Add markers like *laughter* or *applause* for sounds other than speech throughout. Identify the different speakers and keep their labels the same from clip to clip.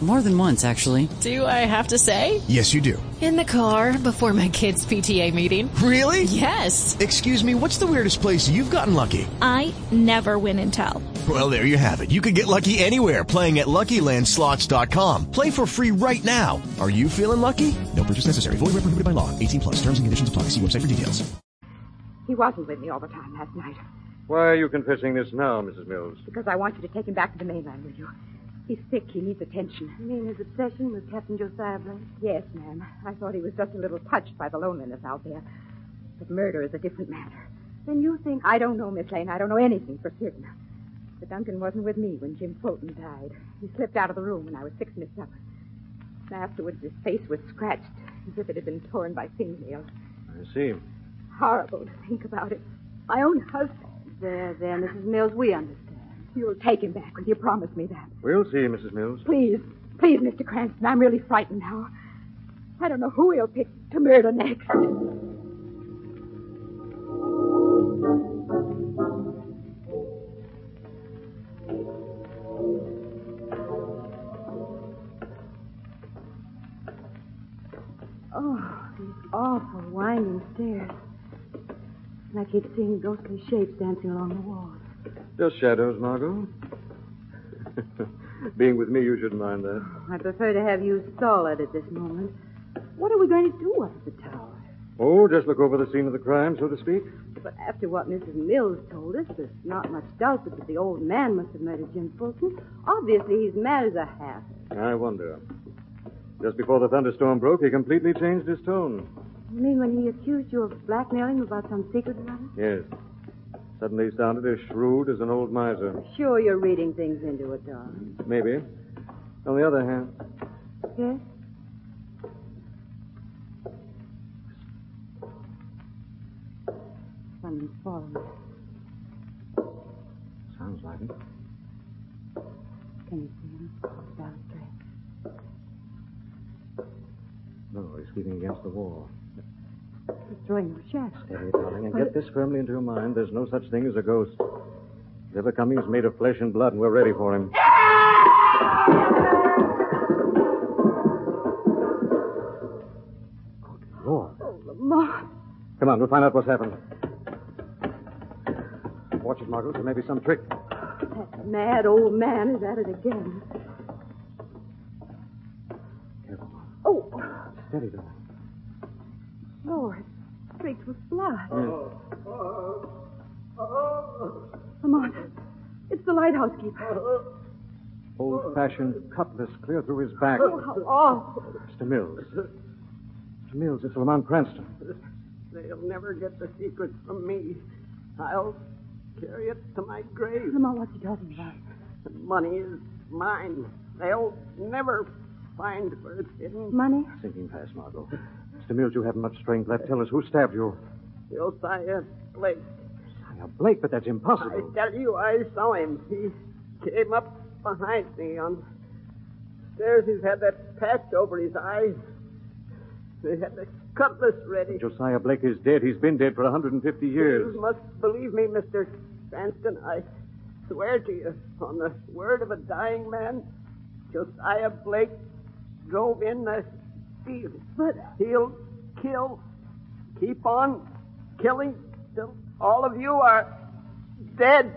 Speaker 1: More than once, actually.
Speaker 2: Do I have to say?
Speaker 3: Yes, you do.
Speaker 4: In the car before my kids' PTA meeting.
Speaker 3: Really?
Speaker 4: Yes.
Speaker 3: Excuse me, what's the weirdest place you've gotten lucky?
Speaker 5: I never win and tell.
Speaker 3: Well, there you have it. You can get lucky anywhere playing at LuckyLandSlots.com. Play for free right now. Are you feeling lucky? No purchase necessary. Void where prohibited by law. 18 plus. Terms and conditions apply. See website for details.
Speaker 6: He wasn't with me all the time last night
Speaker 7: Why are you confessing this now, Mrs. Mills?
Speaker 6: because I want you to take him back to the mainland with you. He's sick. He needs attention. You mean his obsession with Captain Josiah Blake? Yes, ma'am. I thought he was just a little touched by the loneliness out there. But murder is a different matter. Then you think. I don't know, Miss Lane. I don't know anything for certain. The Duncan wasn't with me when Jim Fulton died. He slipped out of the room when I was fixing his supper. Afterwards, his face was scratched as if it had been torn by fingernails.
Speaker 7: I see.
Speaker 6: Horrible to think about it. My own husband. There, there, Mrs. Mills, we understand. You'll take him back with you. Promise me that.
Speaker 7: We'll see, Mrs. Mills.
Speaker 6: Please, please, Mr. Cranston. I'm really frightened now. I don't know who he'll pick to murder next. Oh, these awful winding stairs. And I keep seeing ghostly shapes dancing along the walls.
Speaker 7: Just shadows, Margot. *laughs* Being with me, you shouldn't mind that.
Speaker 6: I prefer to have you stall it at this moment. What are we going to do up at the tower?
Speaker 7: Oh, just look over the scene of the crime, so to speak.
Speaker 6: But after what Mrs. Mills told us, there's not much doubt that the old man must have murdered Jim Fulton. Obviously, he's mad as a half.
Speaker 7: I wonder. Just before the thunderstorm broke, he completely changed his tone.
Speaker 6: You mean when he accused you of blackmailing about some secret matter?
Speaker 7: Yes. Suddenly he sounded as shrewd as an old miser.
Speaker 6: Sure, you're reading things into it, darling.
Speaker 7: Maybe. On the other hand,
Speaker 6: Yes? Someone's falling.
Speaker 7: sounds like it.
Speaker 6: Can you see him? Balustrade.
Speaker 7: No, he's leaning against the wall.
Speaker 6: He's throwing your shaft.
Speaker 7: Steady, darling, and get this firmly into your mind. There's no such thing as a ghost. He's ever coming is made of flesh and blood, and we're ready for him. Good Lord.
Speaker 6: Oh, Lamont.
Speaker 7: Come on, we'll find out what's happened. Watch it, Margaret. There may be some trick.
Speaker 6: That mad old man is at it again.
Speaker 7: Careful, Margaret.
Speaker 6: Oh,
Speaker 7: Steady, darling.
Speaker 6: Lord. Streaked with blood.
Speaker 7: Yes.
Speaker 8: Oh.
Speaker 6: Lamont, it's the lighthouse keeper.
Speaker 7: Old-fashioned cutlass clear through his back.
Speaker 6: Oh, how awful.
Speaker 7: Mr. Mills. Mr. Mills, it's Lamont Cranston.
Speaker 8: They'll never get the secret from me. I'll carry it to my grave.
Speaker 6: Lamont, what's he talking about?
Speaker 8: The money is mine. They'll never find where it's hidden.
Speaker 6: Money?
Speaker 7: Sinking fast, Margot. Mr. Mills, you haven't much strength left. Tell us who stabbed you.
Speaker 8: Josiah Blake.
Speaker 7: Now, Blake, but that's
Speaker 8: I
Speaker 7: impossible.
Speaker 8: tell you, I saw him. He came up behind me on stairs. He's had that patch over his eyes. They had the cutlass ready.
Speaker 7: Josiah Blake is dead. He's been dead for 150 years.
Speaker 8: You must believe me, Mr. Cranston. I swear to you, on the word of a dying man, Josiah Blake drove in the steel.
Speaker 6: But-
Speaker 8: he'll kill, keep on killing till all of you are dead.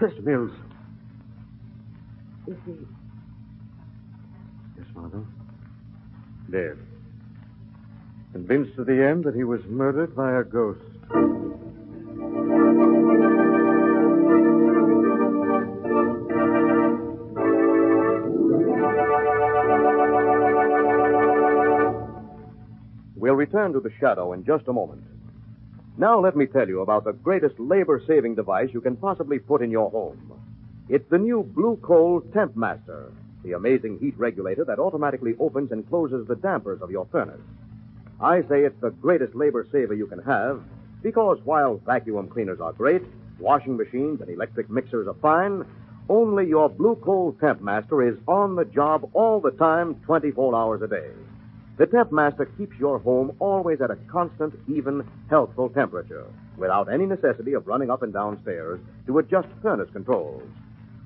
Speaker 7: Mr. Mills.
Speaker 6: Is he?
Speaker 7: Yes, Margot. Dead. Convinced to the end that he was murdered by a ghost. We'll return to the shadow in just a moment. Now let me tell you about the greatest labor saving device you can possibly put in your home. It's the new Blue Coal Temp Master, the amazing heat regulator that automatically opens and closes the dampers of your furnace. I say it's the greatest labor saver you can have because while vacuum cleaners are great, washing machines and electric mixers are fine, only your Blue Coal Temp Master is on the job all the time, 24 hours a day. The Temp Master keeps your home always at a constant, even, healthful temperature without any necessity of running up and down stairs to adjust furnace controls.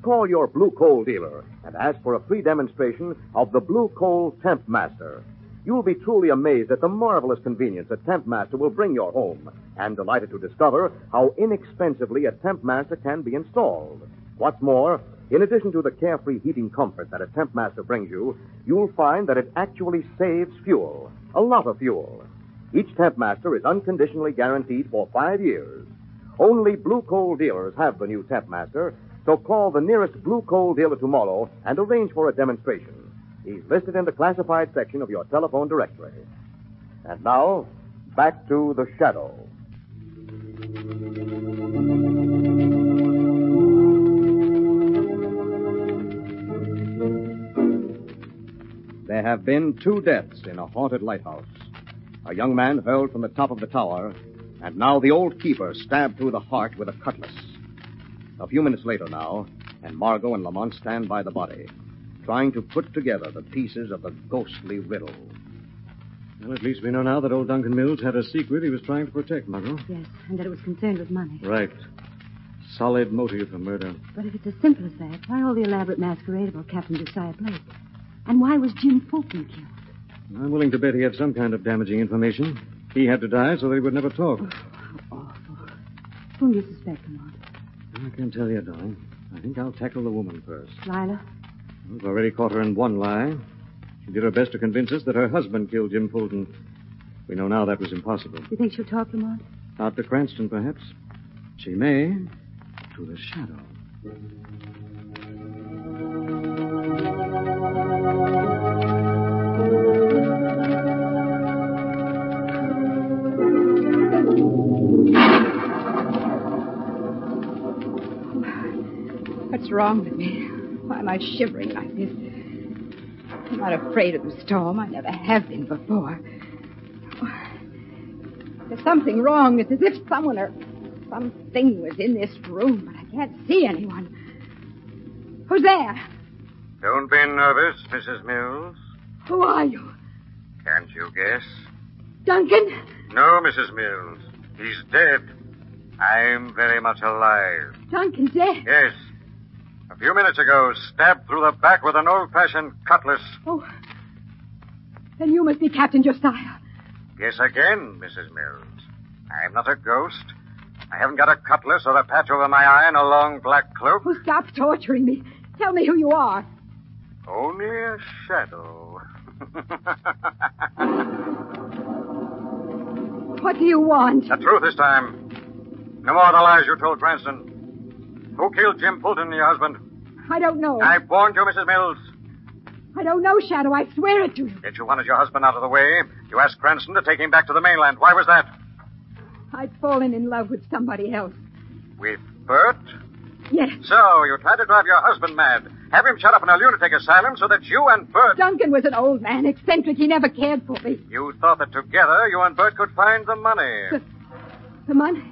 Speaker 7: Call your Blue Coal dealer and ask for a free demonstration of the Blue Coal Temp Master. You'll be truly amazed at the marvelous convenience a Temp Master will bring your home and delighted to discover how inexpensively a Temp Master can be installed. What's more, in addition to the carefree heating comfort that a Temp Master brings you, you'll find that it actually saves fuel. A lot of fuel. Each Temp Master is unconditionally guaranteed for five years. Only Blue Coal dealers have the new Temp Master, so call the nearest Blue Coal dealer tomorrow and arrange for a demonstration. He's listed in the classified section of your telephone directory. And now, back to the shadow. There have been two deaths in a haunted lighthouse. A young man hurled from the top of the tower, and now the old keeper stabbed through the heart with a cutlass. A few minutes later now, and Margot and Lamont stand by the body, trying to put together the pieces of the ghostly riddle. Well, at least we know now that old Duncan Mills had a secret he was trying to protect, Margot.
Speaker 6: Yes, and that it was concerned with money.
Speaker 7: Right. Solid motive for murder.
Speaker 6: But if it's as simple as that, why all the elaborate masquerade about Captain Josiah Blake? And why was Jim Fulton killed?
Speaker 7: I'm willing to bet he had some kind of damaging information. He had to die so that he would never talk.
Speaker 6: Whom do you suspect, Lamont?
Speaker 7: I can't tell yet, darling. I think I'll tackle the woman first.
Speaker 6: Lila?
Speaker 7: We've already caught her in one lie. She did her best to convince us that her husband killed Jim Fulton. We know now that was impossible.
Speaker 6: You think she'll talk, Lamont?
Speaker 7: Out to Cranston, perhaps. She may. To the shadow.
Speaker 6: What's wrong with me? Why am I shivering like this? I'm not afraid of the storm. I never have been before. There's something wrong. It's as if someone or something was in this room, but I can't see anyone. Who's there?
Speaker 9: Don't be nervous, Mrs. Mills.
Speaker 6: Who are you?
Speaker 9: Can't you guess?
Speaker 6: Duncan?
Speaker 9: No, Mrs. Mills. He's dead. I'm very much alive.
Speaker 6: Duncan dead?
Speaker 9: Yes. A few minutes ago, stabbed through the back with an old-fashioned cutlass.
Speaker 6: Oh. Then you must be Captain Josiah.
Speaker 9: Guess again, Mrs. Mills. I'm not a ghost. I haven't got a cutlass or a patch over my eye and a long black cloak.
Speaker 6: Oh, stop torturing me. Tell me who you are.
Speaker 9: Only a shadow.
Speaker 6: What do you want?
Speaker 9: The truth this time. No more of the lies you told Cranston. Who killed Jim Fulton, your husband?
Speaker 6: I don't know.
Speaker 9: I warned you, Mrs. Mills.
Speaker 6: I don't know, Shadow. I swear it to you.
Speaker 9: Yet you wanted your husband out of the way. You asked Cranston to take him back to the mainland. Why was that?
Speaker 6: I'd fallen in love with somebody else.
Speaker 9: With Bert?
Speaker 6: Yes.
Speaker 9: So, you tried to drive your husband mad. Have him shut up in a lunatic asylum so that you and Bert.
Speaker 6: Duncan was an old man, eccentric. He never cared for me.
Speaker 9: You thought that together you and Bert could find the money.
Speaker 6: The money?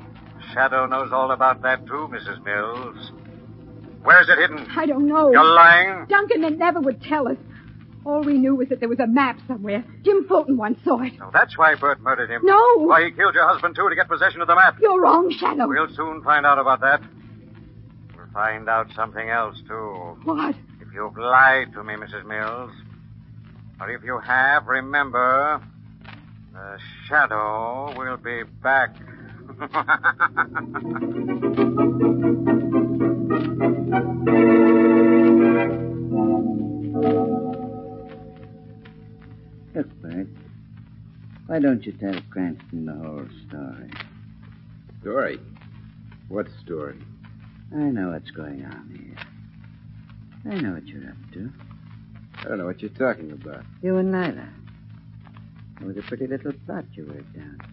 Speaker 9: Shadow knows all about that, too, Mrs. Mills. Where's it hidden?
Speaker 6: I don't know.
Speaker 9: You're lying.
Speaker 6: Duncan then never would tell us. All we knew was that there was a map somewhere. Jim Fulton once saw it.
Speaker 9: Oh, that's why Bert murdered him.
Speaker 6: No.
Speaker 9: Why he killed your husband, too, to get possession of the map.
Speaker 6: You're wrong, Shadow.
Speaker 9: We'll soon find out about that. We'll find out something else, too.
Speaker 6: What?
Speaker 9: If you've lied to me, Mrs. Mills, or if you have, remember, the shadow will be back.
Speaker 10: Look, Bert. Why don't you tell Cranston the whole story?
Speaker 11: Story? What story?
Speaker 10: I know what's going on here. I know what you're up to.
Speaker 11: I don't know what you're talking about.
Speaker 10: You and Lila. It was a pretty little plot you worked out.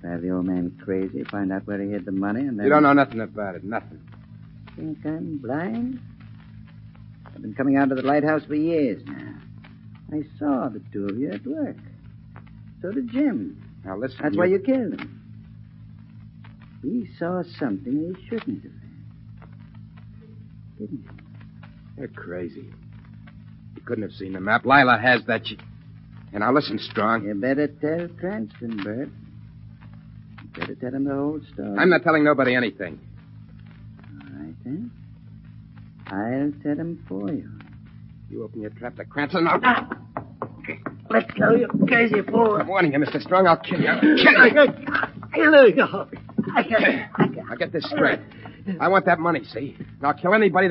Speaker 10: Drive the old man crazy, find out where he hid the money, and then.
Speaker 7: You don't know nothing about it, nothing.
Speaker 10: Think I'm blind? I've been coming out to the lighthouse for years now. I saw the two of you at work. So did Jim.
Speaker 7: Now listen.
Speaker 10: That's why you killed him. He saw something he shouldn't have. Didn't you?
Speaker 7: You're crazy. You couldn't have seen the map. Lila has that. She... And now listen, Strong.
Speaker 10: You better tell Cranston, Bert. You better tell him the whole story.
Speaker 7: I'm not telling nobody anything.
Speaker 10: All right, then. I'll tell him for you.
Speaker 7: You open your trap to Cranston. I'll...
Speaker 10: Let go, you crazy fool.
Speaker 7: I'm warning you, Mr. Strong. I'll kill you. I'll kill you.
Speaker 10: Here you go.
Speaker 7: I'll get this straight. I want that money, see? And I'll kill anybody that